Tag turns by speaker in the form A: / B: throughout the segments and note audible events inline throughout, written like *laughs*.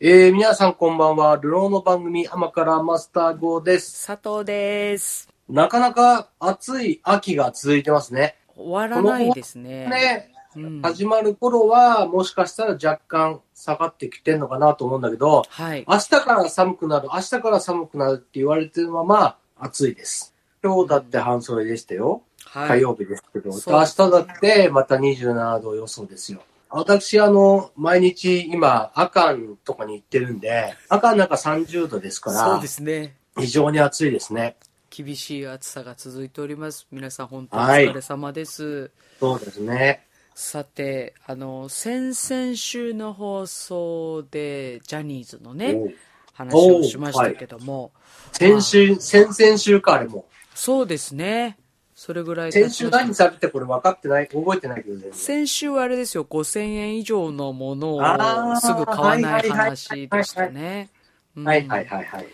A: えー、皆さんこんばんは。ルローの番組、浜からマスター号です。
B: 佐藤です。
A: なかなか暑い秋が続いてますね。
B: 終わらないですね。
A: ね、
B: うん、
A: 始まる頃は、もしかしたら若干下がってきてんのかなと思うんだけど、
B: はい。
A: 明日から寒くなる、明日から寒くなるって言われてるまま暑いです。今日だって半袖でしたよ。
B: は
A: 火
B: い。
A: 曜日ですけど、
B: そう
A: 明日だってまた27度予想ですよ。私、あの、毎日今、阿寒とかに行ってるんで、阿寒なんか30度ですか
B: そう
A: ら
B: で、すね。
A: 非常に暑いですね。
B: 厳しい暑さが続いております。皆さん本当お
A: はい
B: 疲れ様です。
A: そうですね。
B: さて、あの、先々週の放送でジャニーズのね、
A: おう
B: 話をしましたけども、
A: 先週、先々週か、あれも。
B: そうですね。それぐらい経ちま
A: 先
B: した
A: 週何されてこれ分かってない、覚えてないけどね。
B: 先週はあれですよ、5000円以上のもの
A: あ
B: を
A: ー
B: すぐ買わな
A: はいいはいはい
B: 話でしたね。うん
A: はいはいはいはい。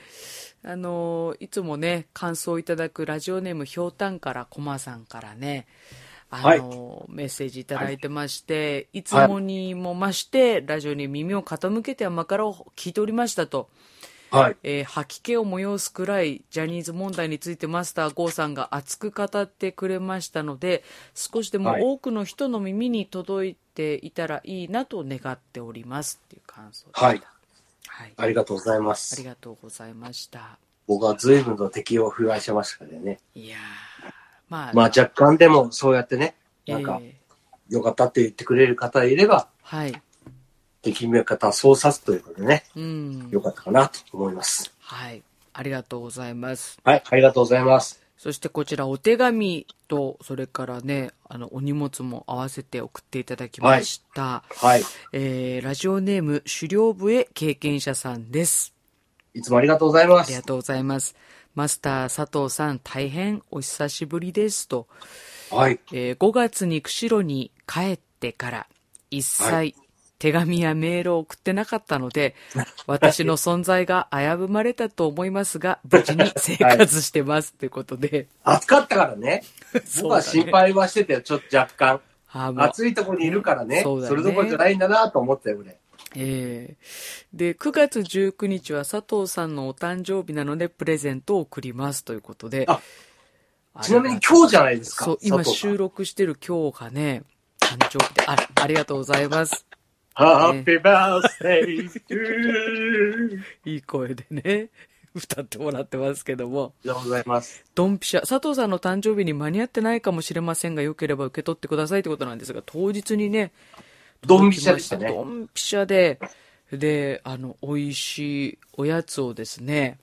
B: あのいつもね感想をいただくラジオネームひょうたんからコマさんからねあの、メッセージいただいてまして、い、つもにも増してラジオに耳を傾けて甘からを聞いておりましたと、
A: はい。
B: えー吐き気を催すくらいジャニーズ問題についてマスター GO さんが熱く語ってくれましたので少しで
A: はい
B: も多くの人の耳に届いていたらいいなと願っておりますっていう感想でした、
A: はい
B: はい、あ
A: ありがとうございま
B: り
A: す。
B: がとうございました
A: 僕は随分と敵を増やしましたからね。
B: いやーまあ、
A: まあ若干でもそうやってね、なんか
B: えー
A: 良かったって言ってくれる方いれば、
B: はい。
A: 敵味方そうさすということでね、
B: うん。
A: 良かったかなと思います。
B: はい。ありがとうございます。
A: はい、ありがとうございます。
B: そしてこちらお手紙と、それからね、あの、お荷物も合わせて送っていただきました。
A: はい。
B: えー、ラジオネーム、狩猟笛経験者さんです。
A: いつもありがとうございま
B: ありが
A: す。
B: とうございます。マスター佐藤さん、大変お久しぶりですと。
A: はい。
B: えー5月に釧路に帰ってから一
A: は
B: 切手紙やメールを送ってなかったので、私の存在が危ぶまれたと思います
A: *laughs*
B: が、無事に生活してますということで、
A: 暑かったか
B: *laughs*
A: らね。僕は心配はしてたよ、ちょっと若干。
B: あーもう
A: 暑いところにいるからね。
B: そ
A: そう
B: だね
A: れどころじゃないんだなと思ったよ、俺。
B: えーで、9月19日は佐藤さんのお誕生日なので、プレゼントを送りますということで、
A: あ
B: あ
A: ちなみに
B: れが
A: 今日じゃないですか。
B: そう、今
A: 佐藤さん
B: 収録してる今日がね、誕生日で、あありがとうございます。
A: ハッピーバースデートゥー。
B: いい声でね、歌ってもらってますけども。
A: ありがとうございます。
B: ドンピシャ。佐藤さんの誕生日に間に合ってないかもしれませんが、よければ受け取ってくださいってことなんですが、当日にね、
A: ドンピシャでしたね
B: ドンピシャで、で、あの、美味しいおやつをですね、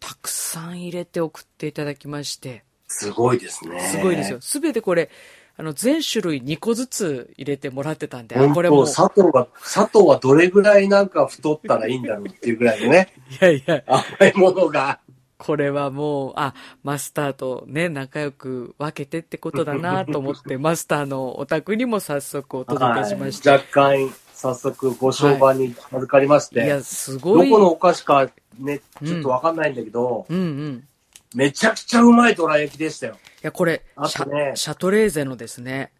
B: たくさん入れて送っていただきまして、
A: すごいですね。
B: すごいですよ。。すべてこれ、あの、全種類2個ずつ入れてもらってたんで、あ
A: 本
B: これ
A: 当
B: もう、
A: 佐藤が、佐藤はどれぐらいなんか太ったらいいんだろうっていうぐらい
B: *laughs*
A: のね、
B: いやいや、
A: 甘いものが。
B: これはもう、あ、マスターとね、仲良く分けてってことだなと思
A: *laughs*
B: って、マスターのお宅にも早速お届けしました。
A: はい若干、早速ご商売に預かりまし
B: い、
A: て、
B: や、す
A: ど
B: ごい。
A: このお菓子かね、
B: うん
A: ちょっとわかんないんだけど、
B: うんうん。
A: めちゃくちゃうまいどら焼きでしたよ。
B: いや、これ、
A: あ
B: シ
A: と
B: ャ
A: ね
B: シャトレーゼのですね。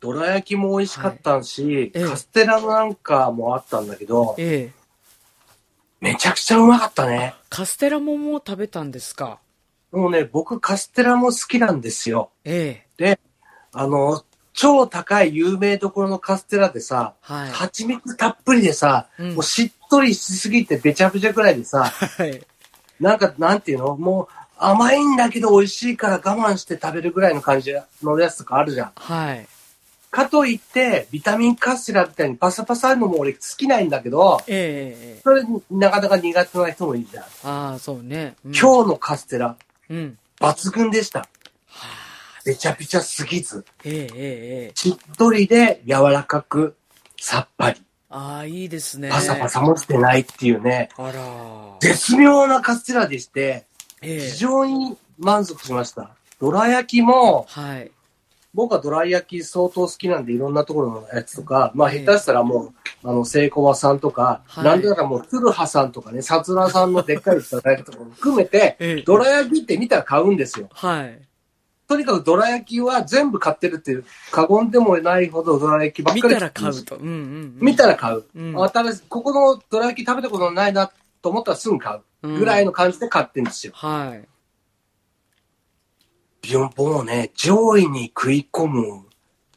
A: どら焼きも美味しかったし、
B: ええ
A: カステラなんかもあったんだけど、
B: ええ。
A: めちゃくちゃうまかったね。
B: カステラももう食べたんですか。
A: もうね、僕カステラも好きなんですよ。
B: ええ。
A: あの、超高い有名どころのカステラでさ、
B: はい。
A: 蜂蜜たっぷりでさ、
B: うん
A: もうしっとりしすぎてべちゃべちゃくらいでさ、
B: はい。
A: なんか、なんていうのもう甘いんだけど美味しいから我慢して食べるぐらいの感じのやつとかあるじゃん。
B: はい。
A: かといって、ビタミンカステラみたいにパサパサあるのも俺好きないんだけど、
B: ええええ。
A: それなかなか苦手な人もいるじゃん。
B: ああ、そうね。うん、
A: 今日のカステラ、
B: 日。うん。
A: 抜群でした。
B: はあ。
A: べちゃべちゃすぎず、
B: ええええええ。
A: しっとりで柔らかく、さっぱり、
B: ああ、いいですね。
A: パサパサもしてないっていうね、
B: あら。
A: 絶妙なカステラでして、
B: ええ
A: 非常に満足しました。どら焼きも、
B: はい。
A: 僕はどら焼き相当好きなんで、いろんなところのやつとか、まあ、
B: ええ
A: 下手したらもう、あの、セイコバさんとか、
B: はい
A: なんだかもう、ツルハさんとかね、サツラさんのでっかいどら焼きとかも含めて、
B: ええ
A: どら焼きって見たら買うんですよ。
B: はい。
A: とにかくどら焼きは全部買ってるっていう、過言でもないほどどら焼きばっ
B: 見
A: かり
B: たら買う。と。うんうん、うん。
A: 見たら買う。
B: うん
A: あ新しいここのどら焼き食べたことないなと思ったらすぐ買う。ぐらい
B: の。
A: の感じで買ってるんですよ。
B: はい。
A: ビヨンもうね、上位に食い込む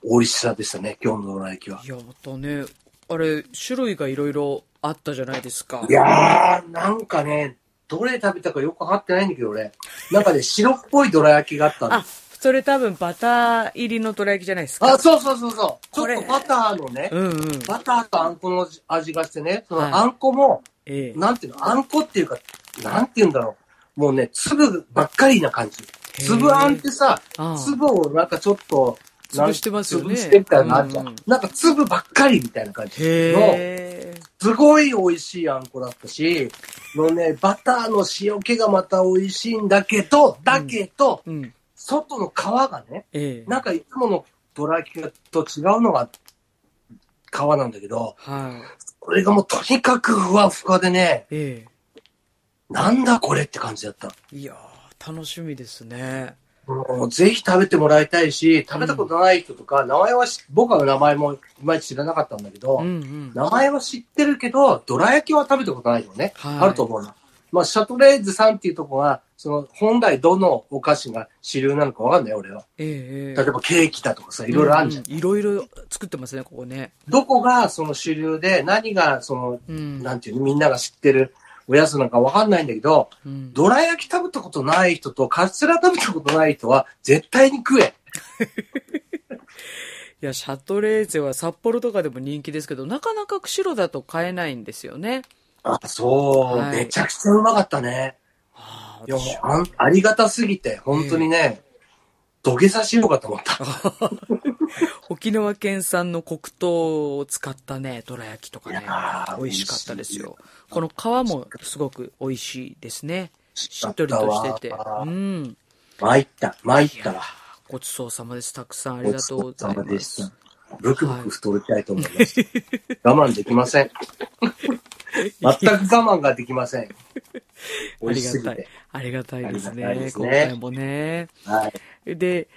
A: 美味しさでしたね、今日のどら焼きは。
B: いや、またね、あれ、種類がいろいろあったじゃないですか。
A: いやー、なんかね、どれ食べたかよくわかってないんだけど、俺。なんかね、白っぽいどら焼きがあったん
B: あ
A: です。、
B: それ多分バター入りのどら焼きじゃないですか。
A: あ、そうそうそうそう。ち
B: これ
A: ょっとバターのね、
B: うんうん。
A: バターとあんこの味がしてね、そ
B: はい
A: のあんこも、
B: ええ。
A: なんていうの、あんこっていうか、なんていうんだろう。もうね、粒ばっかりな感じ。粒あんってさ、
B: ああ
A: 粒をなんかちょっと、なん
B: 潰してますよね
A: 潰してみたいなのあるじゃ
B: うんうんん。
A: なんか粒ばっかりみたいな感じ。
B: へえ。
A: すごい美味しいあんこだったし、のね、バターの塩気がまた美味しいんだけど、だけど、
B: うん。
A: 外の皮がね、
B: ええ。
A: なんかいつものドラ焼きと違うのが皮なんだけど、
B: は
A: これがもうとにかくふわふわでね、
B: い。え
A: なんだこれって感じだった。
B: え。いやー、楽しみですね。
A: もうぜひ食べてもらいたいし、食べたことない人とか、名前はし、僕は名前もいまいち知らなかったんだけど、
B: うんうん。
A: 名前は知ってるけど、どら焼きは食べたことないよね。
B: はい
A: あると思うな。まあ、シャトレーズさんっていうとこが、その、本来どのお菓子が主流なのかわかんない、俺は。
B: ええええ。
A: 例えばケーキだとかさ、いろいろあるじゃん。
B: うういろいろ作ってますね、ここね。
A: どこがその主流で、何がその、
B: うん。
A: なんていうの、みんなが知ってるおやつなんかわかんないんだけど、
B: うん
A: どら焼き食べたことない人と、カツラ食べたことない人は、絶対に食え。
B: いや、シャトレーゼは札幌とかでも人気ですけど、なかなか釧路だと買えないんですよね。
A: あ、そう、
B: はい
A: めちゃくちゃうまかったね。
B: ああ
A: いや、もうあんありがたすぎて、本当にね、土下座しようかと思った。
B: 沖縄県産の黒糖を使ったね、どら焼きとかね
A: いやー、
B: 美味しかったですよ
A: 美。
B: この皮もすごく美味しいですね。しっとりとしてて。うん。
A: 参った、参ったわ。
B: ごちそうさまです。たくさんありがとうござい
A: ごちそうさまで
B: ま
A: し
B: す
A: た。。ブクブク太りたいと思います。我慢できません。全く我慢がで
B: *laughs*
A: きません。美
B: あ
A: 味
B: り
A: しすぎ
B: がたい
A: て。。
B: *laughs* ありがたいです
A: あ
B: ね。
A: りがたいです
B: 今
A: ね
B: 回もね。
A: はい。
B: で、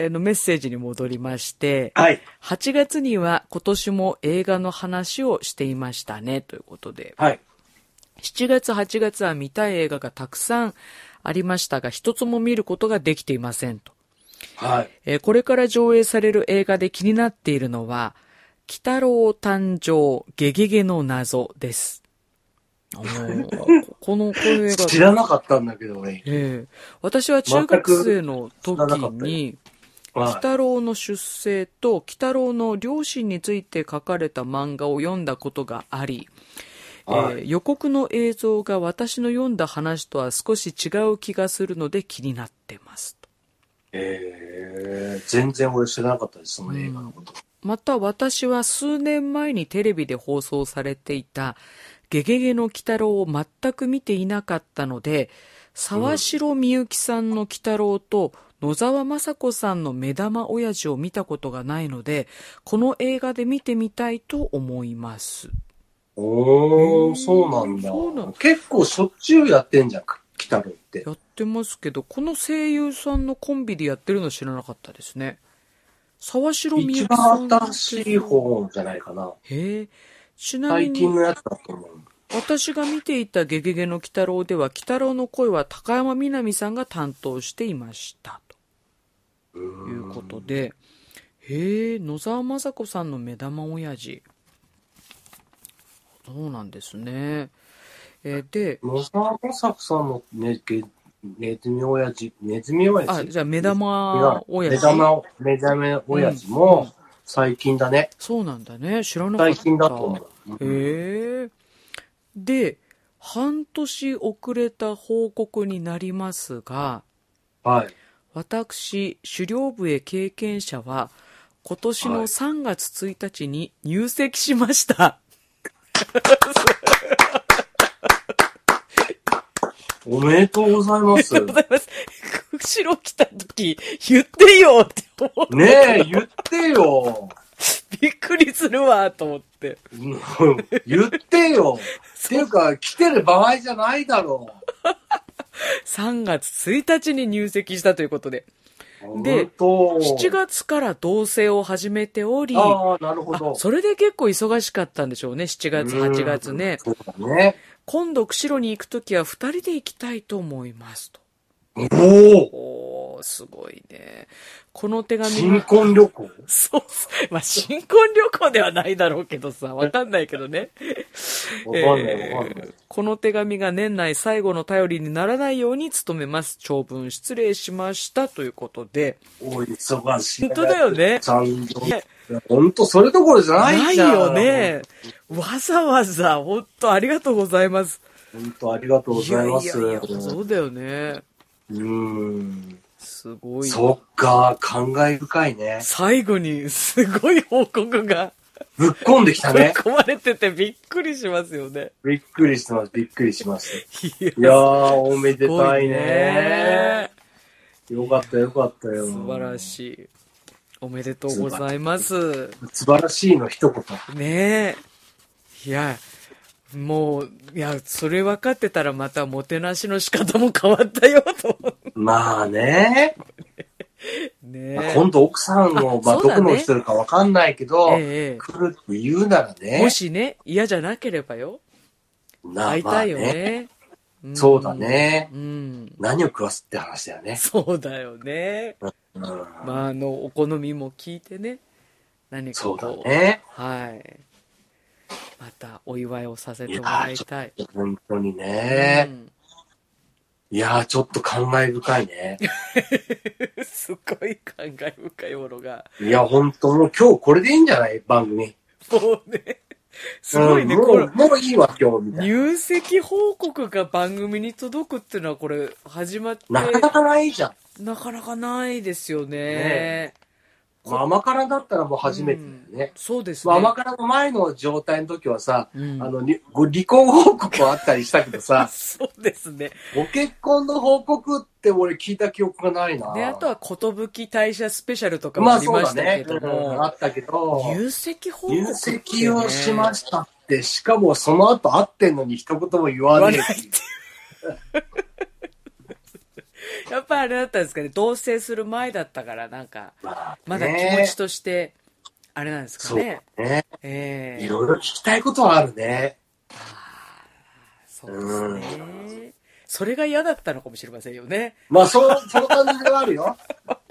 B: あの、メッセージに戻りまして、
A: はい。
B: 8月には今年も映画の話をしていましたね、ということで。
A: はい。
B: 7月8月は見たい映画がたくさんありましたが、一つも見ることができていませんと。
A: はい。
B: えーこれから上映される映画で気になっているのは、鬼太郎誕生ゲゲゲの謎です。お
A: *laughs*
B: ーここの、こういう映画。
A: 知らなかったんだけど、俺。
B: ええ私は中学生の時
A: 全く知らなかった
B: に、鬼
A: は
B: 太郎の出生と鬼太郎の両親について書かれた漫画を読んだことがあり、えー
A: は
B: 予告の映像が私の読んだ話とは少し違う気がするので気になってますと
A: い。えー、全然俺知らなかったです、その映画のこと。
B: また私は数年前にテレビで放送されていた「ゲゲゲの鬼太郎」を全く見ていなかったので沢城みゆきさんの鬼太郎と野沢雅子さんの目玉親父を見たことがないのでこの映画で見てみたいと思います
A: おー、そうなんだ
B: そうなの。
A: 結構しょっちゅうやってんじゃん、か鬼太郎って。
B: やってますけどこの声優さんのコンビでやってるの知らなかったですね沢城みゆ
A: 一
B: きさん
A: 番新しい方じゃないかな。
B: へえちなみ
A: 最
B: に
A: 近のやつだと思う。
B: 私が見ていた「ゲゲゲの鬼太郎」では鬼太郎の声は高山みなみさんが担当していましたということでへえ野沢雅子さんの目玉親父そうなんですねえーで
A: 野沢雅子さんのね、げネズミ親父、ネズミ親父
B: あじゃあ目
A: 違
B: 玉
A: う
B: 親
A: 目
B: 父
A: 玉を、目覚め親父
B: うんうん
A: も最近だね。
B: そうなんだね知らなかった
A: 最近だと思う。
B: へえで半年遅れた報告になりますが
A: はい。
B: 私、狩猟部へ経験者は、今年の
A: はい
B: 3月1日に入籍しました。
A: おめでとうございま
B: *laughs*
A: す
B: あ。りがとうございます。後ろ来た時、言ってよって思う。
A: ねえ、言ってよ。
B: びっくりするわ、と思って。
A: うん言っ
B: *laughs*
A: てよ。っていうか、来てる場合じゃないだろ
B: 3月1日に入籍したということで。
A: う。
B: で7
A: 7
B: 月から同棲を始めており、あ
A: ああ、なるほど。
B: それで結構忙しかったんでしょうね、7月、
A: うん
B: 8月ね。
A: そうだね。
B: 今度、釧路に行くときは2人で行きたいと思いますと。
A: おお
B: おー、すごいね。この手紙
A: 新
B: に、
A: 婚旅行
B: そうっす、まあ、新婚旅行ではないだろうけど
A: *laughs*
B: さ、わかんないけどね。え
A: わかんないわかんない
B: ー。この手紙が年内最後の頼りにならないように努めます。長文失礼しました。ということで。
A: お忙しい。
B: 本当だよ
A: *laughs*
B: ね
A: 三条本当それどころじゃないじゃん。
B: よ。ね。わざわざ、本当ありがとうございます。
A: 本当ありがとうございます。
B: やいやいやそうだよね。
A: うん。
B: すごい。
A: そっか、感慨深いね。
B: 最後に、すごい報告が、
A: ぶっ込んできた
B: ぶっ
A: ね。
B: 込まれててびっくりしますよね。
A: びっくりしてます、びっくりします。
B: いや
A: いやー、おめです
B: ご
A: たいね。。よかった、よかったよ。
B: 素晴らしい。おめでとうございます。
A: い。素晴らしいの一言。
B: ねえ。いや、もう、いや、それ分かってたらまたもてなしの仕方も変わったよ、と思って。
A: まあね。
B: ね
A: まあ
B: え。
A: 今度奥さん
B: あ
A: を、まあ、
B: そう
A: ど
B: だ
A: こ
B: ね
A: の人かわかんないけど、
B: え
A: 来るって言うなら
B: え
A: ね。
B: もしね、嫌じゃなければよ。
A: な
B: 会いたいよ
A: まあ
B: ね。ん
A: そうだ。ね。
B: うん。
A: 何を食わすって話だよね。
B: そうだよね。
A: うん、
B: まあ、あの、お好みも聞いてね。何か
A: そうだ
B: こう、
A: ね。
B: はい。またお祝いをさせてもらいたい。
A: 本当にね
B: う。ん
A: いやー、ちょっと感慨深いね。
B: *laughs* すごい感慨深いものが。
A: いや、本当もう今日これでいいんじゃない番組。
B: もうね、すごいね、
A: うん
B: こ
A: も
B: れ
A: う、もういいわ、今日、みたいな。
B: 入籍報告が番組に届くっていうのはこれ、始まって、
A: なかなかないじゃん。
B: なかなかないですよね。
A: ねまあ、甘辛だったらもう初めてだよね。
B: そうです
A: まあ、
B: ね。
A: 甘辛の前の状態の時はさ、
B: うん *laughs*
A: あの、りご離婚報告はあったりしたけど *laughs* さ、
B: そうですね。
A: ご結婚の報告って俺聞いた記憶がないな。
B: で、あとは、寿退社スペシャルとかも
A: ま
B: あ
A: あ
B: り
A: そう
B: ま
A: だ
B: したけ
A: ね。
B: ど
A: うん
B: も、
A: あったけど、
B: 入籍報告、
A: 入籍をしましたって、しかもその後会ってんのに一言も言
B: 言
A: わ
B: わ
A: ね
B: な
A: え
B: いっていう。やっぱあれだったんですかね、同棲する前だったから、なんか、
A: まあ
B: まだ気持ちとして、あれなんですかね。
A: ね。
B: ええ
A: いろいろ聞きたいことはあるね。
B: そうですね。それが嫌だったのかもしれませんよね。
A: まあ、そう、その感じではあ
B: *laughs*
A: るよ。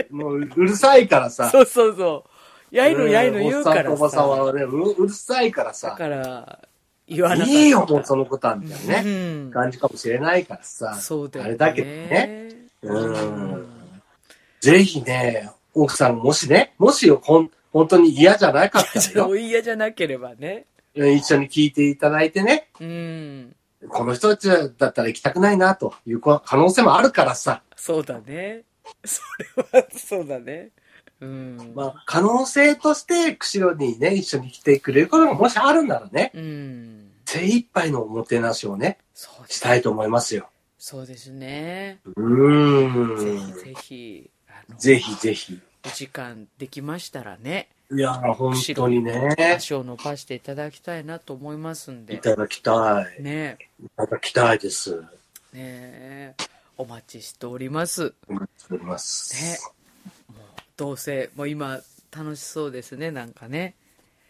A: もう、うるさいからさ。
B: そうそうそう。やいのやいの言うから
A: おっさんとおばさん
B: さ。
A: はね、ううるさいから
B: だ
A: さ。
B: から、言わなかった。
A: いいよ、もうそのことは、みたいなね。
B: ね
A: 感じかもしれないからさ。
B: そうだよね。
A: あれだけどね。う。
B: うんん。
A: ぜひね、奥さん、もしね、もしよ、ほん、本当に嫌じゃなかった
B: *laughs*
A: ら
B: ちょっと
A: よ
B: お嫌じゃなければね。
A: 一緒に聞いていただいてね、
B: うん。
A: この人たちだったら行きたくないな、という可能性もあるからさ。
B: そうだね。それは、そうだね。うん。
A: まあ、可能性として、釧路にね、一緒に来てくれることがもしあるならね、
B: うん。
A: 精一杯のおもてなしをね、
B: そうで
A: し
B: す
A: たいと思いますよ。
B: そうですね。
A: うーん。
B: ぜひぜひ、あの、
A: ぜひぜひ。
B: お時間できましたらね。
A: いやー、本当にね、
B: 足を伸ばしていただきたいなと思いますん
A: い
B: で。
A: ただきたい。
B: ね
A: いただきたいです。
B: え、ねえ、お待ちしております。
A: お待ちしております。
B: どうせ、もう今、楽しそうですね、なんかね。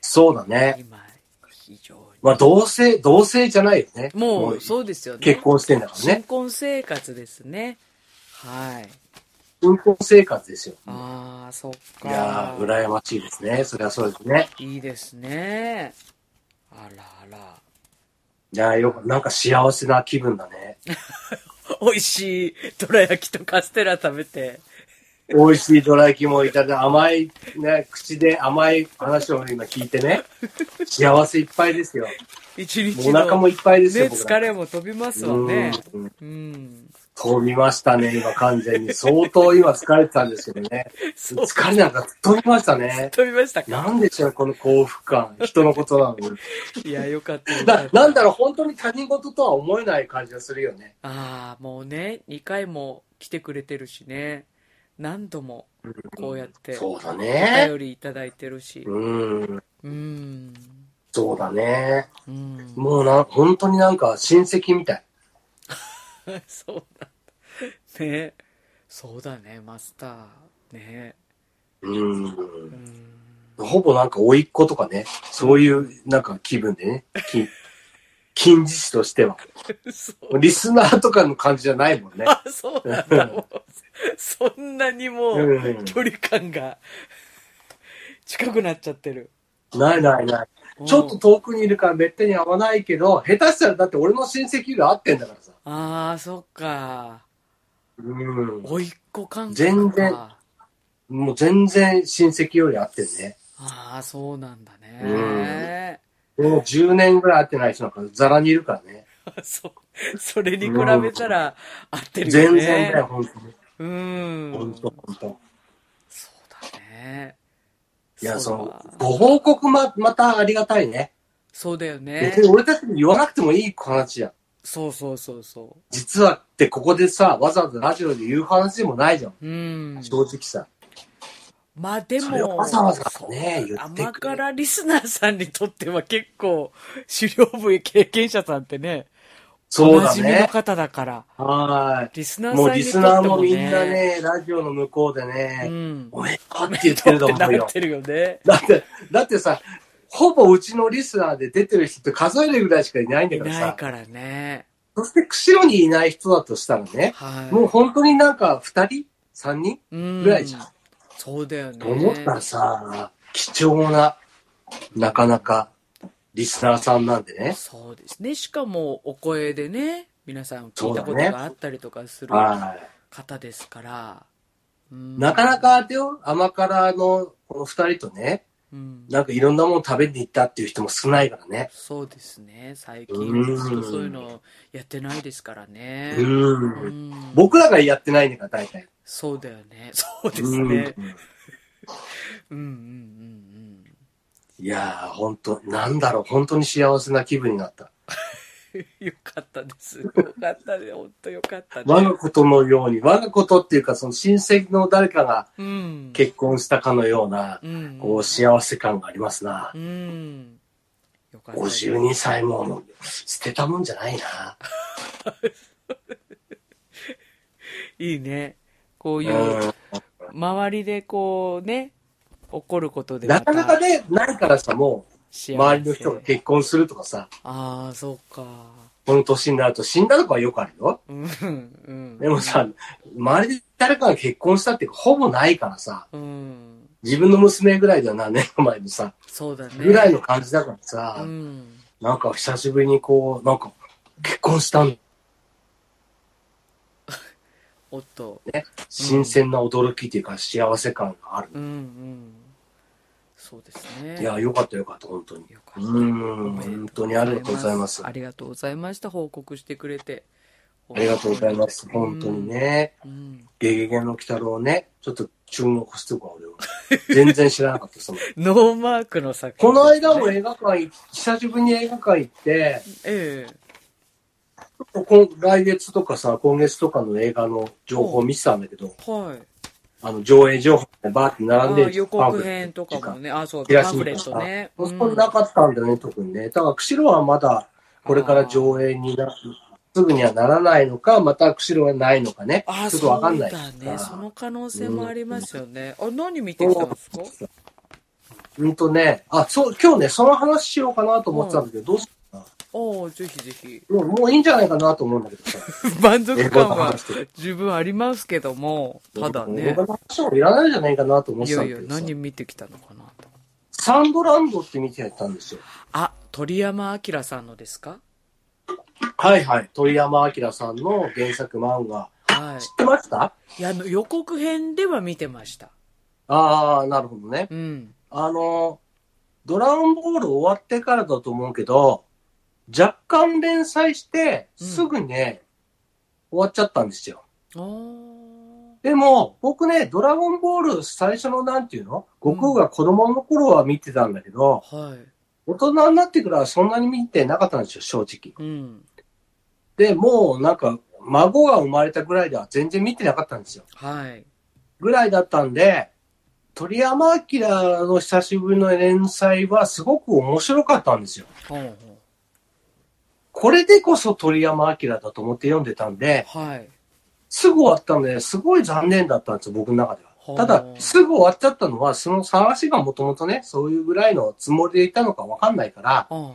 A: そうだね。
B: 今、非常に。
A: まあ、同性、同性じゃないよね。
B: もう、そうですよね。
A: 結婚してんだから
B: 新
A: ね。
B: 婚生活ですね。はい。
A: 新婚生活ですよ。
B: ああ、そっ
A: い
B: か。
A: やー、羨ましいですね。それはそうですね。
B: いいですね。あらあら。
A: いやーよく、なんか幸せな気分だね。
B: 美味しい、どら焼きとカステラ食べて。
A: 美味しいどら焼きもいただいて、甘い、ね、口で甘い話を今聞いてね。幸せいっぱいですよ。
B: 一
A: も
B: 日
A: うお
B: の
A: 腹もいっぱいですよ。
B: ね、
A: 僕
B: 疲れも飛びますわね。
A: うん
B: うん。
A: 飛びましたね、今完全に。相当今疲れてたんですけどね。
B: そう、
A: 疲れなんか飛びましたね。
B: 飛びましたか
A: なんでしょう、この幸福感。人のことなのに。
B: いや、よかったよか
A: な
B: っ、た。
A: なんだろう、本当に他人事とは思えない感じがするよね。
B: ああ、もうね、2回も来てくれてるしね。何度もこうやって
A: そうだ
B: お
A: ね。
B: 便りいただいてるし。
A: うん。
B: うん。
A: そうだね。
B: うん。 *laughs*
A: もうな、本当になんか親戚みたい。
B: そうだ。ね。そうだね、マスター。ね
A: う。
B: うんん
A: ほぼなんか、甥っ子とかね、そういうなんか気分でね、き *laughs* 近似視としては。
B: *laughs* そう
A: リスナーとかの感じじゃないもんね。
B: あそうなんだもうそんなにもう
A: うん
B: 距離感が近くなっちゃってる
A: ないないない。ちょ
B: う
A: っと
B: ん
A: 遠くにいるからめったに会わないけど、下手したらだって俺の親戚より会ってんだからさ。
B: ああそっか
A: うん。
B: 甥っ子感覚か
A: 全然もう全然親戚より会ってんね。
B: ああそうなんだね、
A: もう10年ぐらい会ってない人なんかザラにいるからね。
B: *laughs* そうそれに比べたら合ってるよ
A: 全
B: ね
A: 然だよ、本当に。
B: うん
A: 本当本当。
B: そうだね
A: いや、そ
B: だわ
A: の、ご報告ま、またありがたいね。
B: そうだよね
A: 別に俺たちに言わなくてもいい話じゃん。
B: そうそうそうそ
A: 実はってここでさ、わざわざラジオで言う話でもないじゃん。
B: ううん
A: 正直さ。
B: まあで
A: それを
B: も
A: わざわざね、言って
B: 甘
A: くれる。
B: 辛リスナーさんにとっては結構狩猟部経験者さんってね
A: そう
B: お
A: だ
B: なじみの
A: ね。
B: 方だから
A: はーい。
B: リスナー
A: もう
B: さん
A: リ
B: にと
A: ス
B: っても、
A: ナー
B: ね、
A: もみんなね、ラジオの向こうでね、
B: うん
A: おめでとうって言ってると思う
B: な
A: よ
B: っ。てるよね
A: だって、だってさ、ほぼうちのリスナーで出てる人って数えるぐらいしかいないんだ
B: い
A: から
B: ない
A: さ。
B: からね
A: そして釧路にいない人だとしたらね、
B: はい
A: もう本当になんか2人 ?3 人
B: ぐ
A: ぐらいじゃん
B: そうだよね
A: と思ったらさ、貴重な、なかなかリスナーさんなんでね。
B: そうですねしかもお声でね皆さん聞いたことがあったりとかする
A: はい。
B: 方ですから、うん
A: なかなか、あれよ、甘辛のこの2人とね、
B: うん、
A: なんかいろんなもの食べに行ったっていう人も少ないからね。
B: そうですね最近
A: うん
B: ずっとそういうのやってないですからね
A: う。
B: うんん
A: 僕らがやってないんだから、大体。
B: そうだよね *laughs* そうですね
A: うん
B: うんうんうん
A: いやー、本当なんだろう、本当に幸せな気分になった。
B: うんよかったですよかったね本当よかった
A: 我
B: ね
A: がことのように、我がことっていうか、その親戚の誰かが
B: うん
A: 結婚したかのような、
B: うん
A: こう、幸せ感がありますな
B: う。んよかったです
A: 52歳も捨てたもんじゃないな。
B: いいね。こういう、
A: う
B: 周りでこうね、怒ることで
A: ん。なかなか
B: ね、
A: ね、ないからさ、もう、
B: 幸せ
A: 周りの人が結婚するとかさ、
B: ああ、そうか。
A: この年になると死んだとかはよくあるよ。
B: うん、うん。
A: でも、さ、周りで誰かが結婚したってほぼないからさ、
B: うん。
A: 自分の娘ぐらいでは何年か前のさ、
B: そうだね。
A: ぐらいの感じだからさ、
B: うん。
A: なんか久しぶりにこう、なんか、結婚したん
B: おっと。
A: 新鮮な驚きっていうか幸せ感がある。
B: うん、うん。そうですね。
A: いや、よかったよかった、本当に。
B: よか
A: う
B: った。
A: ーん、本当にありがとうございます。
B: あ
A: あ
B: りがとうございました。報告してくれて。
A: りがとうございます。本当にね、
B: うん。
A: ゲゲゲの鬼太郎ね、ちょっと注目しておくわ、
B: *laughs*
A: 俺は。全然知らなかった、その。
B: ノーマークの作品
A: この間も
B: え
A: 映画館行っ久しぶりに映画館行って、
B: え。
A: こん来月とかさ、今月とかの映画の情報を見てたんだけど、
B: はい。
A: あの、上映情報がバーって
B: あ
A: 並んでる
B: ー予告編とかもね。あー、そう
A: チ
B: だ、
A: ラ
B: パ
A: シ
B: ンフ
A: 見
B: レ
A: ま
B: ッ
A: した
B: トね。
A: そ
B: うん
A: こなかったんだよね、特にね。だから、釧路はまだ、これから上映にな、すぐにはならないのか、また釧路はないのかね。
B: あー
A: ちょっとわかんない。
B: そうだね。その可能性もありますよね。あ、何見てきたんですか
A: うんとね、あ、そう、今日ね、その話しようかなと思ってたんだけど、どうす
B: おおぜひぜひ。
A: もうもういいんじゃないかなと思うんだけどさ。
B: *laughs* 満足感
A: の
B: は
A: 話とか
B: 十分ありますけども、ただ
A: 映
B: ね
A: 画。の話もいらないんじゃないかなと思っ
B: い
A: てた
B: や
A: ん
B: い
A: だ
B: や
A: け、どさ。
B: 何見てきたのかなと。
A: サンドランドって見てたんですよ。
B: あ、鳥山明さんのですか
A: はいはい。鳥山明さんの原作漫画。
B: は
A: 知ってました
B: い。いや、あの予告編では見てました。
A: ああ、なるほどね。
B: うん。
A: あの、ドラゴンボール終わってからだと思うけど、若干連載して、
B: うん
A: すぐね、終わっちゃったんですよ。
B: あー
A: でも、僕ね、ドラゴンボール最初のなんていうの悟空が子供の頃は見てたんだけど、
B: はい。
A: 大人になってからはそんなに見てなかったんですよ、正直。
B: うん。
A: で、もうなんか、孫が生まれたぐらいでは全然見てなかったんですよ。
B: はい。
A: ぐらいだったんで、鳥山明の久しぶりの連載はすごく面白かったんですよ。
B: ほうほ
A: これでこそ鳥山明だと思って読んでたんで、
B: うはい。
A: すぐ終わったので、すごい残念だったんですよ、僕の中では。
B: はほう
A: ただ、すぐ終わっちゃったのは、その探しがもともとね、そういうぐらいのつもりでいたのかわかんないから、
B: うんうん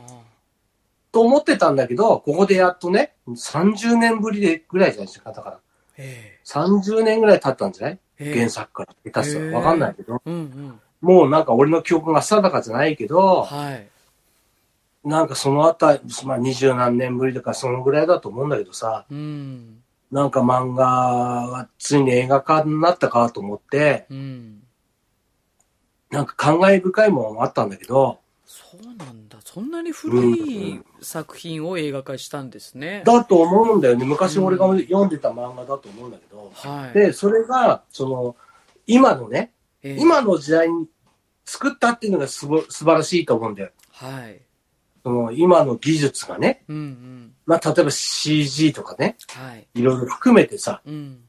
A: と思ってたんだけど、ここでやっとね、30年ぶりでぐらいじゃないですか、だから。
B: え
A: 30年ぐらい経ったんじゃない
B: えええ
A: 原作から。下手した
B: へえ
A: らわかんないけど。
B: うんうん
A: もうなんか俺の記憶が定かじゃないけど、
B: はい
A: なんかそのあたり、まあ二十何年ぶりとかそのぐらいだと思うんだけどさ、
B: うん
A: なんか漫画がついに映画化になったかと思って、
B: うん
A: なんか感慨深いものがあったんだけど、
B: そうなんだそんなに古い作品を映画化したんですね、
A: だと思うんだよね。昔俺が読んでた漫画だと思うんだけど。
B: はい
A: で、それが、その、今のね、
B: ええ
A: 今の時代に作ったっていうのがすご素晴らしいと思うんだよ。
B: はい
A: その今の技術がね、
B: うんうん
A: まあ例えば CG とかね、
B: はい
A: いろいろ含めてさ、
B: うん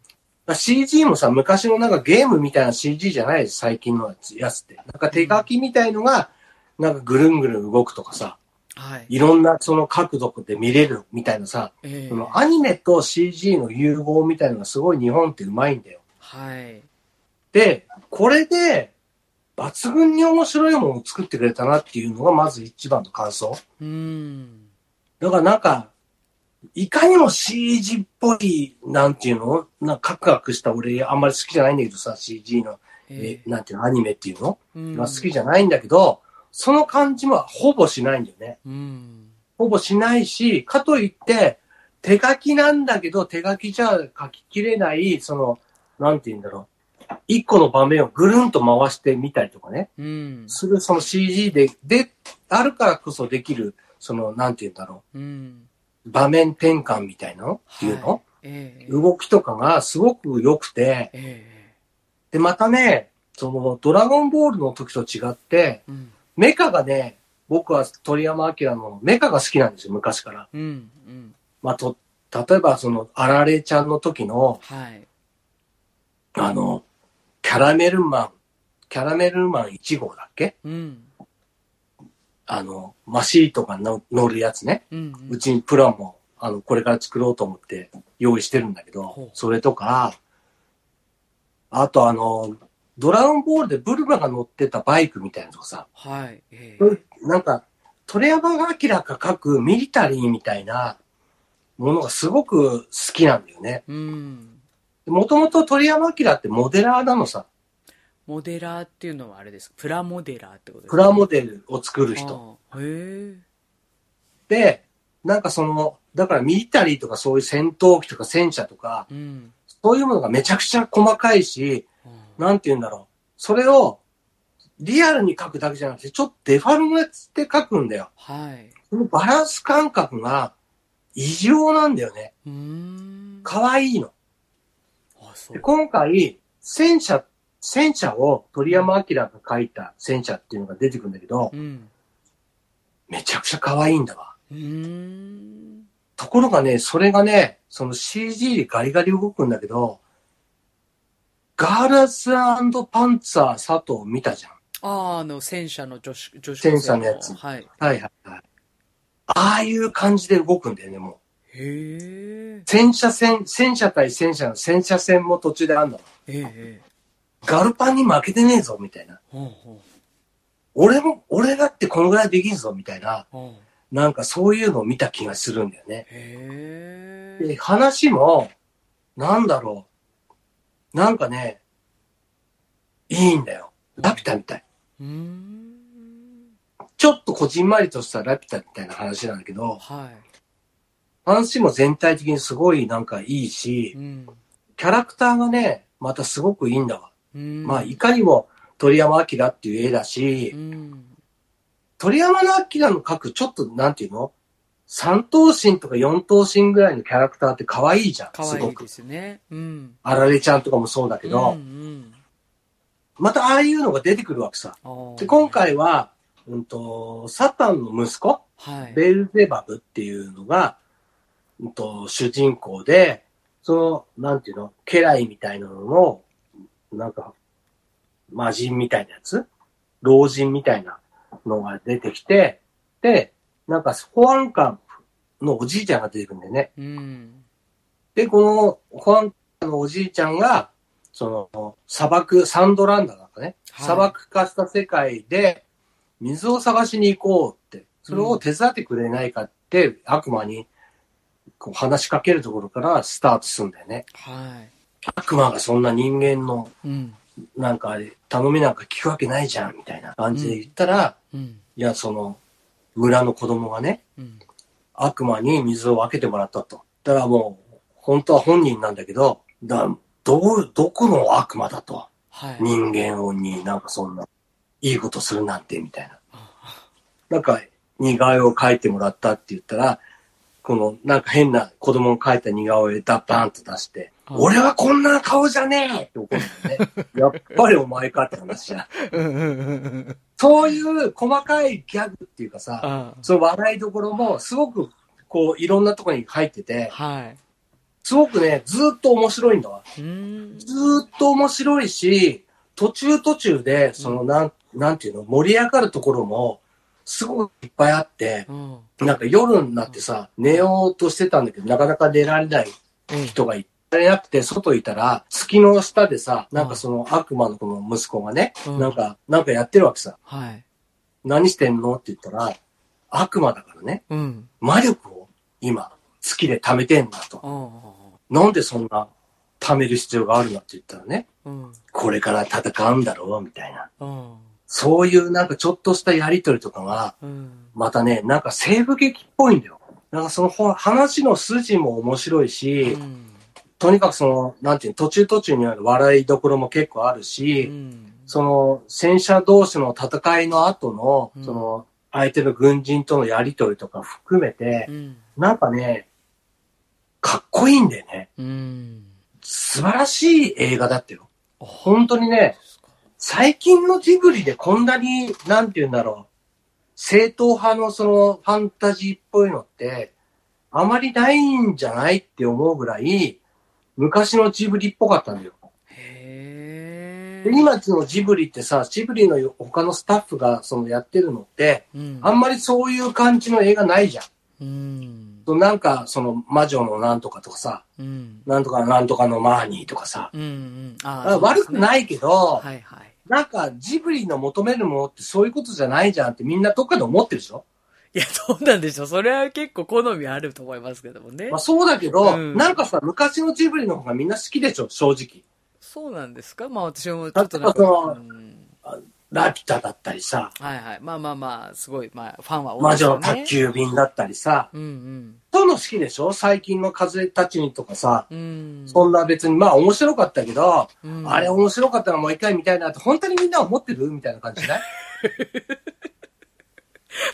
A: まあ CG もさ、昔のなんかゲームみたいな CG じゃないです最近のやつって。なんか手書きみたいのが、なんかぐるんぐるん動くとかさ、
B: はい
A: いろんなその角度で見れるみたいなさ、
B: ええ
A: そのアニメと CG の融合みたいのがすごい日本ってうまいんだよ。
B: はい
A: で、これで、抜群に面白いものを作ってくれたなっていうのがまず一番の感想。
B: うん
A: だからなんか、いかにも CG っぽい、なんていうのなんかカクカクした俺あんまり好きじゃないんだけどさ、CG の、え
B: ええ
A: なんていうの、アニメっていうの
B: うん
A: が好きじゃないんだけど、その感じはほぼしないんだよね。
B: うん
A: ほぼしないし、かといって、手書きなんだけど、手書きじゃ書ききれない、その、なんていうんだろう。一個の場面をぐるんと回してみたりとかね。
B: うん
A: するその CG で、で、あるからこそできる、その、なんて言うんだろ
B: うん
A: う、場面転換みたいなのっていう
B: は
A: の、
B: ええ
A: 動きとかがすごく良くて、
B: ええ
A: で、またね、その、ドラゴンボールの時と違って、
B: うん
A: メカがね、僕は鳥山明のメカが好きなんですよ、昔から。
B: うんうん
A: まあ、と、例えばその、あられちゃんの時の、
B: はい
A: あの、キャラメルマン、キャラメルマン1号だっけ
B: うん
A: あの、マシートがの乗るやつね。
B: うんう
A: うんちにプランも、あの、これから作ろうと思って用意してるんだけ
B: ほう
A: ど、それとか、あとあの、ドラゴンボールでブルマが乗ってたバイクみたいなのとかさ、
B: はいええ
A: そういうなんか、鳥山が明が書くミリタリーみたいなものがすごく好きなんだよね。
B: うん
A: もともと鳥山明ってモデラーなのさ、
B: モデラーっていうのはあれですプラモデラーってことです
A: プラモデルを作る人。
B: ああへ
A: で、なんかその、だからミリタリーとかそういう戦闘機とか戦車とか、
B: えうん
A: そういうものがめちゃくちゃ細かいし、
B: あ
A: なんて言うんだろう。それを、リアルに書くだけじゃなくて、ちょっとデファルメって書くんだよ。
B: はい
A: そのバランス感覚が異常なんだよね。
B: うーん
A: 可愛いの。
B: あそう
A: で今回、戦車、戦車を鳥山明が書いた戦車っていうのが出てくるんだけど、
B: うん
A: めちゃくちゃ可愛いんだわ。
B: うーん
A: ところがね、それがね、その CG でガリガリ動くんだけど、ガールズパンツァー佐藤見たじゃん。
B: あああの戦車の女子女子
A: 戦車のやつ
B: はい
A: はいはいはい。ああいう感じで動くんだよね、もう。
B: へえ
A: 戦車戦、戦車対戦車の戦車戦も途中であんだもん
B: ええ
A: ガルパンに負けてねえぞ、みたいな。
B: ほうほ
A: 俺も、俺だってこのぐらいできるぞ、みたいな。
B: うほう
A: なんかそういうのを見た気がするんだよね。
B: へ
A: で、
B: え
A: 話も、なんだろう。なんかね、いいんだよ。ラピュタみたい。
B: うーん
A: ちょっとこじんまりとしたラピュタみたいな話なんだけど、
B: は
A: 話も全体的にすごいなんかいい
B: い
A: し
B: う、ん
A: キャラクターがね、またすごくいいんだわ。
B: うん
A: まあ、いかにも鳥山明っていう絵だし、
B: うん
A: 鳥山の明の描くちょっと、なんていうの三頭身とか四頭身ぐらいのキャラクターって可愛いじゃん、
B: 可
A: す
B: 愛
A: ご
B: い
A: く
B: で。すねうん
A: あられちゃんとかもそうだけど、
B: うんうん
A: またああいうのが出てくるわけさ。
B: あー
A: で、今回は、うんと、サタンの息子、
B: はい
A: ベルゼバブっていうのが、うんと、主人公で、その、なんていうの家来みたいなのの、なんか、魔人みたいなやつ老人みたいなのが出てきて、で、なんか保安官のおじいちゃんが出てくるんだよね。
B: うん
A: で、この保安官のおじいちゃんが、その、砂漠、サンドランダーなんかね、
B: はい
A: 砂漠化した世界で、水を探しに行こうって、それを手伝ってくれないかって、悪魔に、こう話しかけるところからスタートするんだよね。
B: は
A: 悪魔がそんな人間の、
B: い。うん。
A: なんかあれ、頼みなんか聞くわけないじゃん、みたいな感じで言ったら、
B: うん。
A: いや、その、村の子供がね、
B: うん。
A: 悪魔に水を分けてもらったと。だからもう、本当は本人なんだけど、だどう、どこの悪魔だと。
B: はい。
A: 人間をになんかそんな、いいことするなんて、みたいな。なんか、似顔絵を描いてもらったって言ったら、この、なんか変な子供の描いた似顔絵ダバーンと出して、
B: うん
A: 俺はこんな顔じゃねえって怒るん
B: *laughs*
A: だよね。やっぱりお前かって話じゃん。
B: うんうんうんうん。
A: そういう細かいギャグっていうかさ、
B: *laughs* あ
A: その笑いどころもすごく、こう、いろんなところに入ってて、
B: は
A: すごくね、ずーっと面白いんだわ。
B: い。うーん。
A: ずーっと面白いし、途中途中で、その、なん、なんていうの、盛り上がるところも、すごくいっぱいあって、
B: うん。
A: なんか夜になってさ、寝ようとしてたんだけど、なかなか寝られない
B: え
A: 人がいれなくて、外いたら、月の下でさ、なんかその悪魔のこの息子がね、
B: うん
A: なんか、なんかやってるわけさ。
B: はい。
A: 何してんのって言ったら、悪魔だからね、
B: うん。
A: 魔力を今、月で貯めてんだと。
B: あ
A: なんでそんな貯める必要があるのって言ったらね、
B: あ。うん。
A: これから戦うんだろうみたいな。
B: うん。
A: そういうなんかちょっとしたやりとりとかが、
B: うん。
A: またね、なんか西部劇っぽいんだよ。なんかそのほ話の筋も面白いし
B: う、ん。
A: とにかくその、なんていうの、途中途中にある笑いどころも結構ある
B: う
A: し、
B: ん。
A: その戦車同士の戦いの後の
B: う、ん
A: その相手の軍人とのやりとりとか含めて
B: う、ん。
A: なんかね、かっこいいんだよね。
B: うん。
A: 素晴らしい映画だったよ。本当に
B: で
A: ね、
B: すか
A: 最近のジブリでこんなに、なんて言うんだろう、正統派のそのファンタジーっぽいのって、あまりないんじゃないって思うぐらい、昔のジブリっぽかったんだよ。
B: へ
A: で
B: え。
A: 今のジブリってさ、ジブリの他のスタッフがそのやってるのって、
B: うん。
A: あんまりそういう感じの映画ないじゃん。
B: うん。
A: そのなんか、その魔女のなんとかとかさ、
B: うん。
A: なんとかなんとかのマーニーとかさ、
B: うんうん。ああ。
A: 悪く
B: い。
A: ないけど、
B: はいはい。
A: なんかジブリの求めるものってそういうことじゃないじゃんってみんなどっかで思ってるでしょ
B: いや、どうなんでしょう。それは結構好みあると思いますけどもね
A: まあ。そうだけど、
B: うん
A: なんかさ、昔のジブリの方がみんな好きでしょ正直。
B: そうなんですかまあ私もちょっとな
A: だっ
B: ん
A: て
B: か、
A: その
B: うん
A: ラピュタだったりさ、
B: はいはい。まあまあまあ、すごい、まあ、ファンは多い
A: 魔
B: です
A: 女
B: よ
A: の
B: ね。
A: 宅急便だったりさ、
B: うん
A: そういうの好きでしょ最近の風たちにとかさ、
B: うん。うん。
A: そんな別に、まあ面白かったけど、
B: うん
A: あれ面白かったらもう一回見たいなって、本当にみんな思ってるみたいな感じね。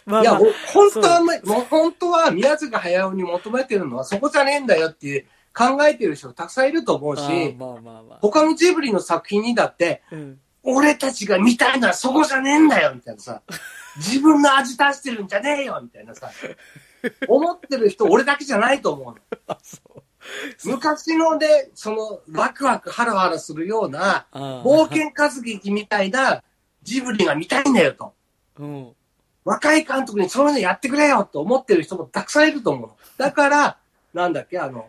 B: まあ
A: いや、
B: まあ
A: ほ本当はあんまり、もう本当は宮塚駿に求めてるのはそこじゃねえんだよっていう考えてる人たくさんいると思う
B: あ
A: し
B: ー、まあまあまあ。
A: 他のジブリの作品にだって、
B: うん。
A: 俺たちが見たいのはそこじゃねえんだよみたい
B: *laughs*
A: なさ、自分の味出してるんじゃねえよみたいなさ、思ってる人俺だけじゃないと思うの。
B: あ、そう。
A: 昔ので、そのワクワクハラハラするような、
B: あー
A: 冒。険活劇みたいなジブリが見たいんだよと。
B: うん。
A: 若い監督にそういうのやってくれよと思ってる人もたくさんいると思うの。だから、なんだっけ、あの、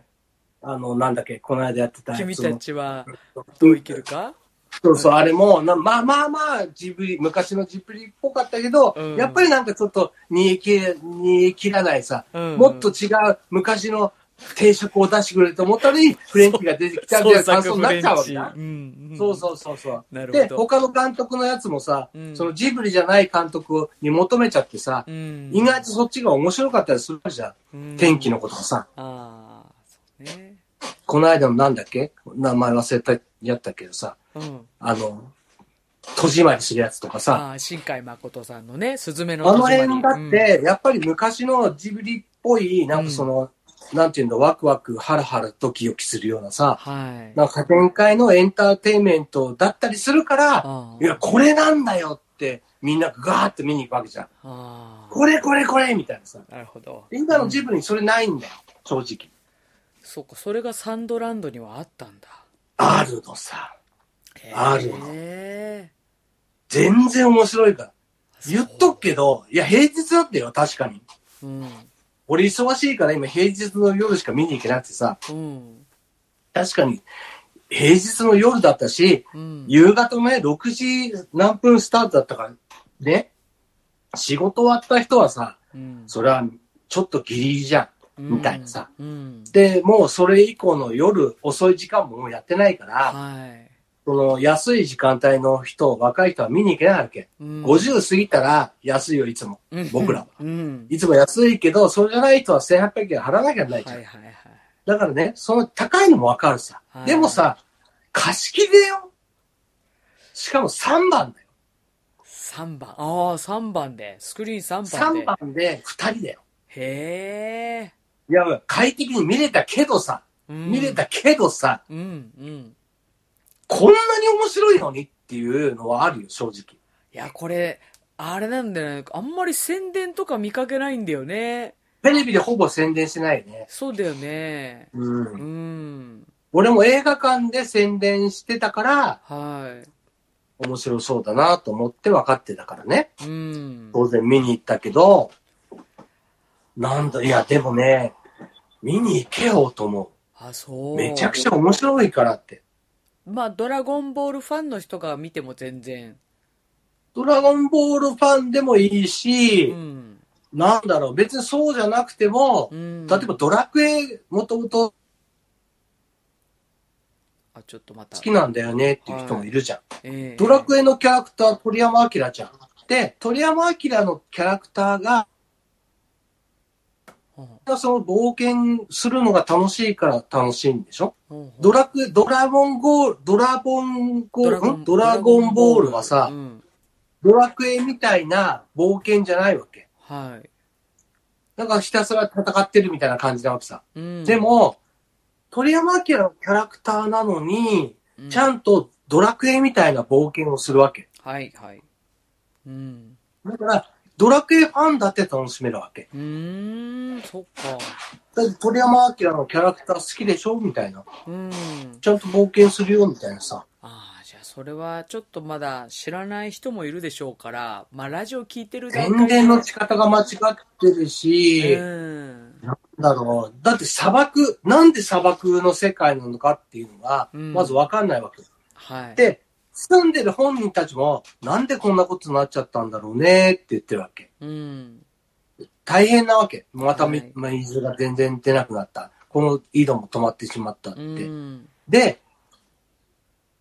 A: あの、なんだっけ、この間やってたやつの
B: 君たちはどう生きるか
A: そうそう、あれも、なまあまあまあ、ジブリ、昔のジブリっぽかったけど、
B: うん
A: やっぱりなんかちょっと、煮えきれ、煮え切らないさ、
B: うん
A: もっと違う昔の定食を出してくれると思ったのに、フレンチが出てきたみたいな感想になっちゃうわけだ
B: う。んん。
A: そうそうそうそう。
B: なるほど
A: で、他の監督のやつもさ、
B: うん
A: そのジブリじゃない監督に求めちゃってさ、
B: うん。
A: 意外とそっちが面白かったりするじゃん。
B: うん
A: 天気の。ことさ、
B: ああ、そうね。
A: この間のなんだっけ名前忘れた、やったけどさ、
B: うん。
A: あの、戸締まりするやつとかさ、
B: ああ、新海誠さんのね、すずめの
A: あ
B: 戸締
A: の
B: まり
A: 辺だっ、て、やっぱり昔のジブリっぽい、なんかその、なんていうの、ワクワク、ハラハラ、ドキドキするようなさ、
B: うんはい。
A: なんか展開のエンターテインメントだったりするから、
B: あ
A: いや、これなんだよって、みんなガーって見に行くわけじゃん。
B: あ
A: これこれこれみたいなさ。
B: あ。なるほど。
A: 今のジ
B: うん
A: ブリにそれないんだよ、正直。
B: そうか、それがサンドランドにはあったんだ。
A: あるのさ、
B: へー
A: あるの全然面白いから。言っとくけど、いや、平日だったよ、確かに。
B: そううん。
A: 俺忙しいから今平日の夜しか見に行けなくてさ、
B: うん。
A: 確かに平日の夜だったし、
B: うん。
A: 夕方のね、6時何分スタートだったから、ね、仕事終わった人はさ、
B: うん
A: それはちょっとギリギリじゃん。みたいなさ。
B: うん。
A: で、もうそれ以降の夜遅い時間ももうやってないから、
B: はい。
A: その安い時間帯の人、若い人は見に行けないわけ。
B: 50
A: 50過ぎたら安いよ、いつも。僕らは。
B: うん。
A: いつも安いけど、それじゃない人は1800円払わなきゃな
B: はいい
A: じゃん。
B: はいはい。
A: だからね、その高いのもわかるさ
B: は。い
A: でもさ、貸し切りだよ。しかも3番だよ。
B: 3番。ああ、三番で。スクリーン3番で。
A: 3番で2人だよ。
B: へえ。
A: いや、快適に見れたけどさ、
B: うん
A: 見れ。たけどさ、
B: うん、うん。
A: こんなに面白いのにっていうのはあるよ、正直。
B: いや、これ、あれなんだよね。あんまり宣伝とか見かけないんだよね。
A: テレビでほぼ宣伝してないね。
B: そうだよね。
A: う。
B: うんん。
A: 俺も映画館で宣伝してたから、
B: は
A: 面白そうだなと思って分かってたからね。
B: い。うん。
A: 当然見に行ったけど、なんだ、いや、でもね、見に行けよと思。
B: あ、そうう。
A: めちゃくちゃ面白いからって。
B: まあ、ドラゴンボールファンの人が見ても全然。
A: ドラゴンボールファンでもいいうし、
B: ん。
A: なんだろう、別にそうじゃなくても、
B: うん。
A: 例えばドラクエ、もともと
B: あ、ちょっとまた。
A: 好きなんだよねっていう人もいるじゃん。
B: ええ
A: ドラクエのキャラクター、鳥山明ちゃん。で、鳥山明のキャラクターが、
B: ほう
A: その冒険するのが楽しいから楽しいんでしょ
B: ほうほう
A: ドラクエ、ドラゴンゴール、ドラゴンゴール、んド
B: ド
A: ラ
B: ラ
A: ゴ
B: ゴ
A: ン
B: ン
A: ボールはさ
B: う、ん
A: ドラクエみたいな冒険じゃないわけ。
B: はい。
A: なんかひたすら戦ってるみたいな感じなわけさ。
B: うん
A: で、も、鳥山明のキャラクターなのに、
B: う
A: ちゃんとドラクエみたいな冒険をするわけ。
B: はい、はい。うん。
A: だから、ドラクエファンだって楽しめるわけ。
B: うーん、そっか。
A: だって鳥山明のキャラクター好きでしょみたいな。
B: うん。
A: ちゃんと冒険するよみたいなさ。
B: ああ、じゃあそれはちょっとまだ知らない人もいるでしょうから、まあラジオ聞いてる段
A: 宣
B: 階で
A: 伝の仕方が間違ってるし、
B: うん。
A: なんだろう。だって砂漠、なんで砂漠の世界なのかっていうのが、
B: うん
A: まずわかんないわけ。
B: はい。、
A: で、住んでる本人たちも、なんでこんなことになっちゃったんだろうねって言ってるわけ。
B: うん。
A: 大変なわけ。またみ、
B: はい
A: まあ水が全然出なくなった。この井戸も止まってしまったって。
B: うん。
A: で、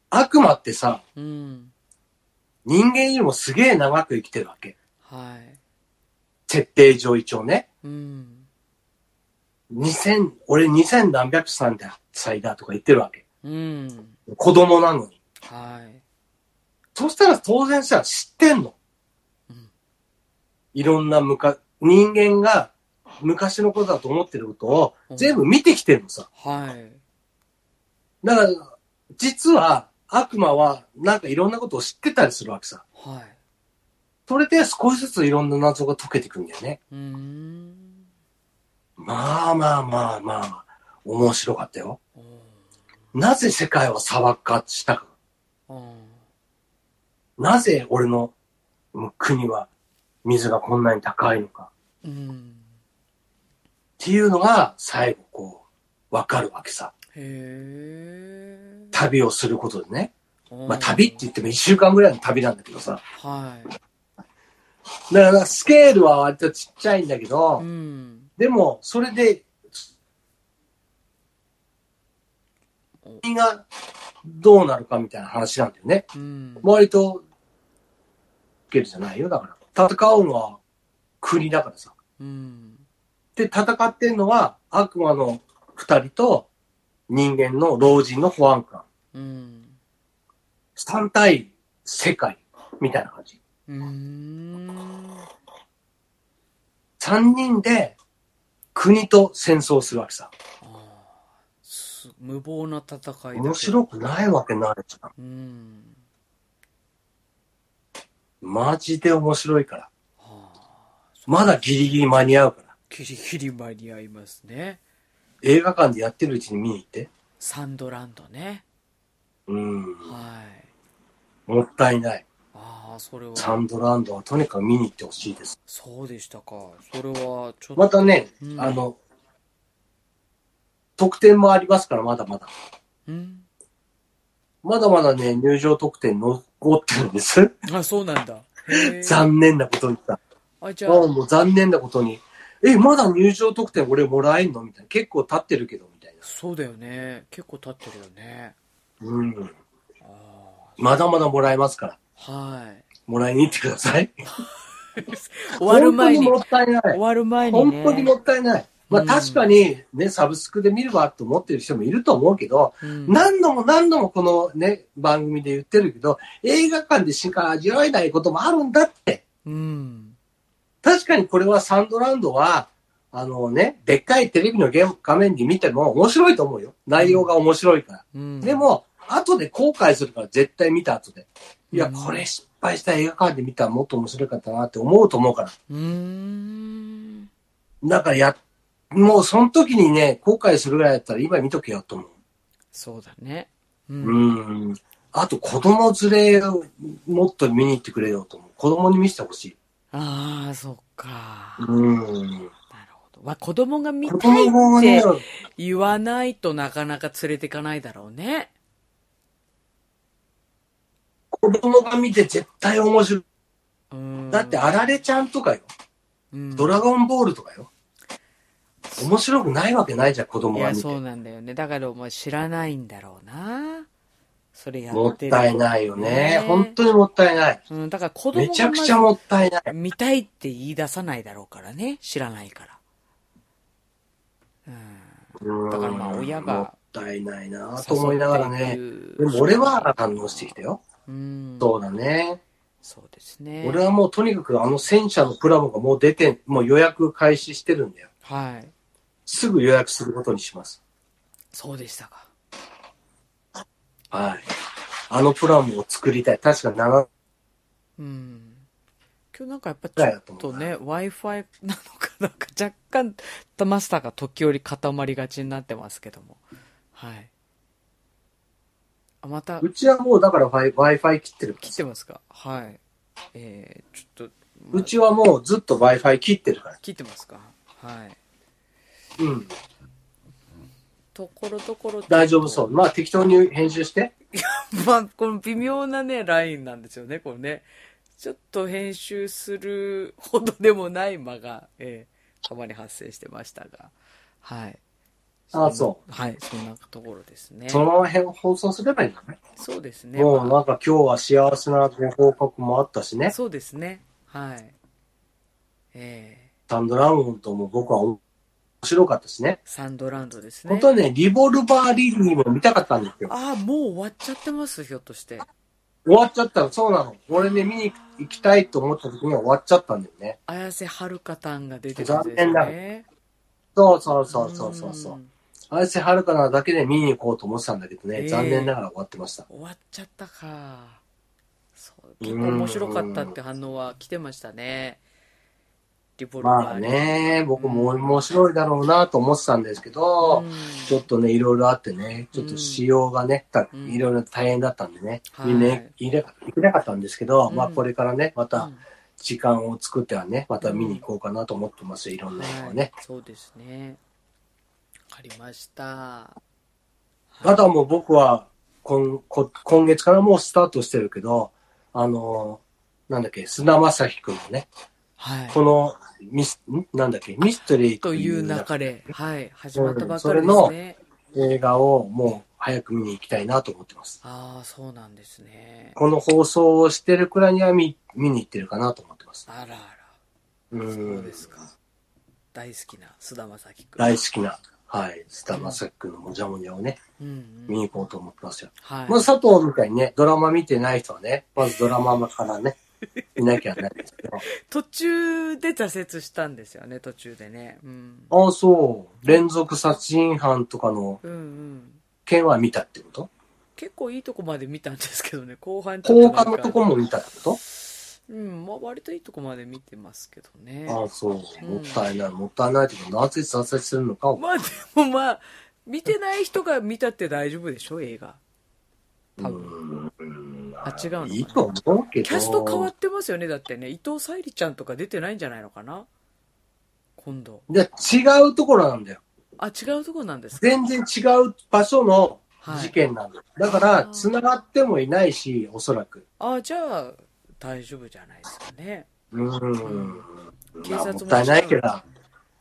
A: 悪魔ってさ、
B: うん。
A: 人間よりもすげえ長く生きてるわけ。
B: はい。
A: 設定上一応ね。
B: うん。
A: 2000、俺2000何百歳だ歳だとか言ってるわけ。
B: うん。
A: 子供なのに。
B: はい。
A: そしたら当然さ、知ってんの。
B: うん
A: いろんなむか、人間が昔のことだと思ってることを
B: うん
A: 全部見てきてるのさ。
B: はい。
A: だから、実は悪魔はなんかいろんなことを知ってたりするわけさ。
B: はい。
A: それで少しずついろんな謎が解けてくんだよね。
B: うーん。
A: まあまあまあまあ、面白かったよ。
B: おー
A: なぜ世界は砂漠化したか。
B: お
A: なぜ俺の国は水がこんなに高いのか。
B: ーうん。
A: っていうのが最後こう、わかるわけさ。
B: へえ。
A: 旅をすることでね。ま
B: ま
A: あ旅って言っても一週間ぐらいの旅なんだけどさ。
B: はい。
A: だからスケールは割とちっちゃいんだけど、
B: うん。
A: でもそれで、
B: お
A: 国がどうなるかみたいな話なんだよね。
B: うん。
A: 割と、スケールじゃないよ。だから。戦うのは国だからさ。
B: うん。
A: で、戦ってんのは悪魔の二人と人間の老人の保安官。
B: うん。
A: 三対世界みたいな感じ。
B: うーん。
A: 三人で国と戦争するわけさ。
B: あーす無謀な戦いだけど
A: 面白くないわけないじゃん。
B: うん。
A: マジで面白いから。
B: はあ、
A: まだギリギリ間に合うから。
B: ギリギリ間に合いますね。
A: 映画館でやってるうちに見に行って。
B: サンドランドね。
A: うん。
B: はい。
A: もったいない。
B: ああ、それ
A: サ
B: は、
A: ンドランドはとにかく見に行ってほしいです。
B: そうでしたか。それは、ちょっと。
A: またね、
B: うん
A: あの、特典もありますから、まだまだ。
B: うん。
A: まだまだね、入場特典残ってるんです。
B: あ、そうなんだ。へー
A: 残念なことにさ。
B: あ、じゃ
A: もう
B: あ、
A: もう残念なことに。え、まだ入場特典俺もらえんのみたいな。結構経ってるけど、みたいな。
B: そうだよね。結構経ってるよね。
A: うん。
B: あ
A: まだまだもらえますから。
B: ーはい。
A: もらいに行ってください。
B: 終わる前に、
A: 本当にもったいな
B: 終
A: い。
B: わる前にね。
A: 本当にもったいない。まあ
B: うん
A: 確かにね、サブスクで見ればと思ってる人もいると思うけど、
B: うん
A: 何度も何度もこのね、番組で言ってるけど、映画館でしか味わえないこともあるんだって。
B: うん。
A: 確かにこれはサンドラウンドは、あのね、でっかいテレビのゲーム画面で見ても面白いと思うよ。内容が面白いから。
B: うん。
A: で、も、後で後悔するから、絶対見た後で。いや、
B: うん
A: これ失敗した映画館で見たらもっと面白かったなって思うと思うから。
B: うーん。
A: だからや、もうその時にね、後悔するぐらいだったら今見とけよと思う。
B: そうだね。う。
A: うんん。あと子供連れをもっと見に行ってくれよと思う。子供に見せてほしい。
B: ああ、そっか。
A: うん。
B: なるほど。わ、子供が見
A: 子
B: たい
A: 供
B: っ
A: をね
B: て、言わないとなかなか連れてかないだろうね。
A: 子供が見て絶対面白い。
B: うん。
A: だって、あられちゃんとかよ。
B: うん、
A: ドラゴンボールとかよ。面白くないわけないじゃん、子供
B: い
A: が
B: や、
A: 見て。
B: そう
A: も
B: なんだよね。だから、お前知らないんだろうな。それやってる。
A: ったいないよね。
B: ね
A: 本当にもったいない。
B: うん、だから子供が
A: めちゃくちゃもったいない。
B: 見たいって言い出さないだろうからね。知らないから。うん。だからまあ親が
A: もったいないなと思いながらね。
B: 誘ってい
A: で
B: く
A: も俺は反応してきたよ。
B: うん。
A: そうだね。
B: そうですね。
A: 俺はもうとにかくあの戦車のプラモがもう出て、もう予約開始してるんだよ。
B: はい。
A: すぐ予約することにします。
B: そうでしたか。
A: はい。あのプラモを作りたい。確か7
B: うん。今日なんかやっぱちょっとね、Wi-Fi なのか *laughs* なんか若干、マスターが時折固まりがちになってますけども。はい。あ、また
A: うちはもうだから Wi- Wi-Fi 切ってる。
B: 切ってますかはい。えー、ちょっと、まあ
A: うちはもうずっと Wi-Fi 切ってるから。
B: 切ってますかはい。
A: うん。
B: ところどころ
A: 大丈夫そう。。まあ適当に編集して。
B: *laughs* まあ、この微妙なね、ラインなんですよね、これね。ちょっと編集するほどでもない間が、えーたまに発生してましたが。はい。。
A: あそう
B: はい、そんなところですね。
A: そのまま編放送すればいいんだね。
B: そうですね。
A: もう
B: ま
A: なんか今日は幸せなご報告もあったし
B: あ、
A: ね。
B: そうですね。はい。え
A: サンドラウンドも僕は面白かったしね。
B: ー、サンドランドですね。
A: 本当はね、リボルバーリリーも見たかったんですよ。
B: ああ、もう終わっちゃってます、ひょっとして。
A: 終わっちゃったの、そうなの。俺ね、見に行きたいと思った時には終わっちゃったんだよね。
B: 綾瀬はるかたんが出てるんです
A: 残
B: ね。
A: そうそうそうそうそうそうう。
B: ん
A: 綾瀬はるかなだけで見に行こうと思ってたんだけどね、
B: ええ
A: 残念ながら終わってました。
B: 終わっちゃったかそう結構面白かったって反応は来てましたねリボルバー
A: まあね、僕も面白いだろうなと思ってたんですけど、
B: うん
A: ちょっとね、いろいろあってね、ちょっと仕様がね、た
B: うん
A: いろいろ大変だったんでね、
B: はい
A: 見ね、いれいけなかったんですけど、
B: うん
A: まあこれからね、ま
B: う
A: た
B: ん
A: 時間を作ってはね、また見に行こうかなと思ってますよ、いろんな映画をね。
B: はいそうですねわかりました
A: あとはもう僕は今、こ今月からもうスタートしてるけど、あのーなんだっけ、砂正輝くんのね、
B: はい
A: このミス、んなんだっけ、ミステリー
B: と
A: と
B: い
A: いううな
B: 中で、はい、始まったばかりで
A: うん
B: す
A: そ
B: ね。
A: 映画をもう早く見に行きたいなと思ってます。
B: ああ、そうなんですね。
A: この放送をしてるくらいには見見に行ってるかなと思ってます。
B: あらあ
A: う
B: ら、そうんですか。大好きな須田まさきくん。
A: 大好きな、はい、スタマサくんのもじゃもじゃをね、
B: うんう
A: 見
B: ん。
A: に行こうと思ってますよ。
B: はい。
A: まず佐藤みたいにね、ドラマ見てない人はね、まずドラマから
B: *laughs*
A: ね、見なきゃいけないんですけど。
B: 途中で挫折したんですよね、途中でね。うん。
A: ああ、そう。連続殺人犯とかの
B: うんうん。
A: 件は見たってこと
B: 結構いいとこまで見たんですけどね、後半ちょ
A: 放
B: っとなんか
A: 火のとこも見たってこ
B: うん、まあ割といいとこまで見てますけどね。
A: とああ、そう。もったいない、もったいないけど、なぜ殺殺するのかを。
B: まあでもまあ、見てない人が見たって大丈夫でしょ、映画。多分。
A: 分。うん
B: あ違うのかない
A: いと思うけど。
B: キャスト変わってますよね、だってね。伊藤沙莉ちゃんとか出てないんじゃないのかな今度。
A: で違うところなんだよ。
B: あ、違うとこなんですか
A: 全然違う場所の
B: はい
A: 事件なんで。だから
B: あ、ー
A: 繋がってもいないし、おそらく。
B: あじゃあ大丈夫じゃないですかね、
A: うん。
B: 警
A: まあ、
B: 察
A: も
B: も
A: ったいないから、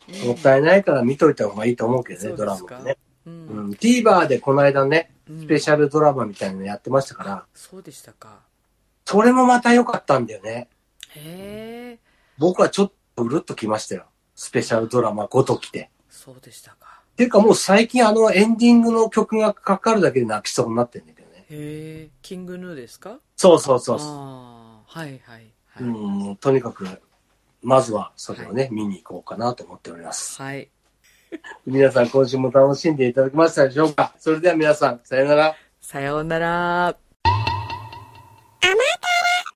B: うん
A: もったいないから見といた方がいいと思うけど
B: そ
A: ね、ド
B: うで
A: ラ
B: すか
A: マもね。
B: う
A: うんん。TVer でこの間ね、
B: うん
A: スペシャルドラマみたいなのやってましたから、
B: そうでしたか
A: それもまた良かったんだよね。
B: へえ
A: 僕はちょっとうるっときましたよ。スペシャルドラマごときで。
B: そうでしたか
A: ていうかもう最近あのエンディングの曲がかかるだけで泣きそうになってんだけどね。
B: へえキングヌーですか
A: そうそうそうそう。
B: ああはいはいはい、
A: うん、もうとにかく、まずはそれをね、見に行こうかなと思っております。
B: はい
A: 皆さん今週も楽しんでいただけましたでしょうかそれでは皆さん、さようなら。
B: さようなら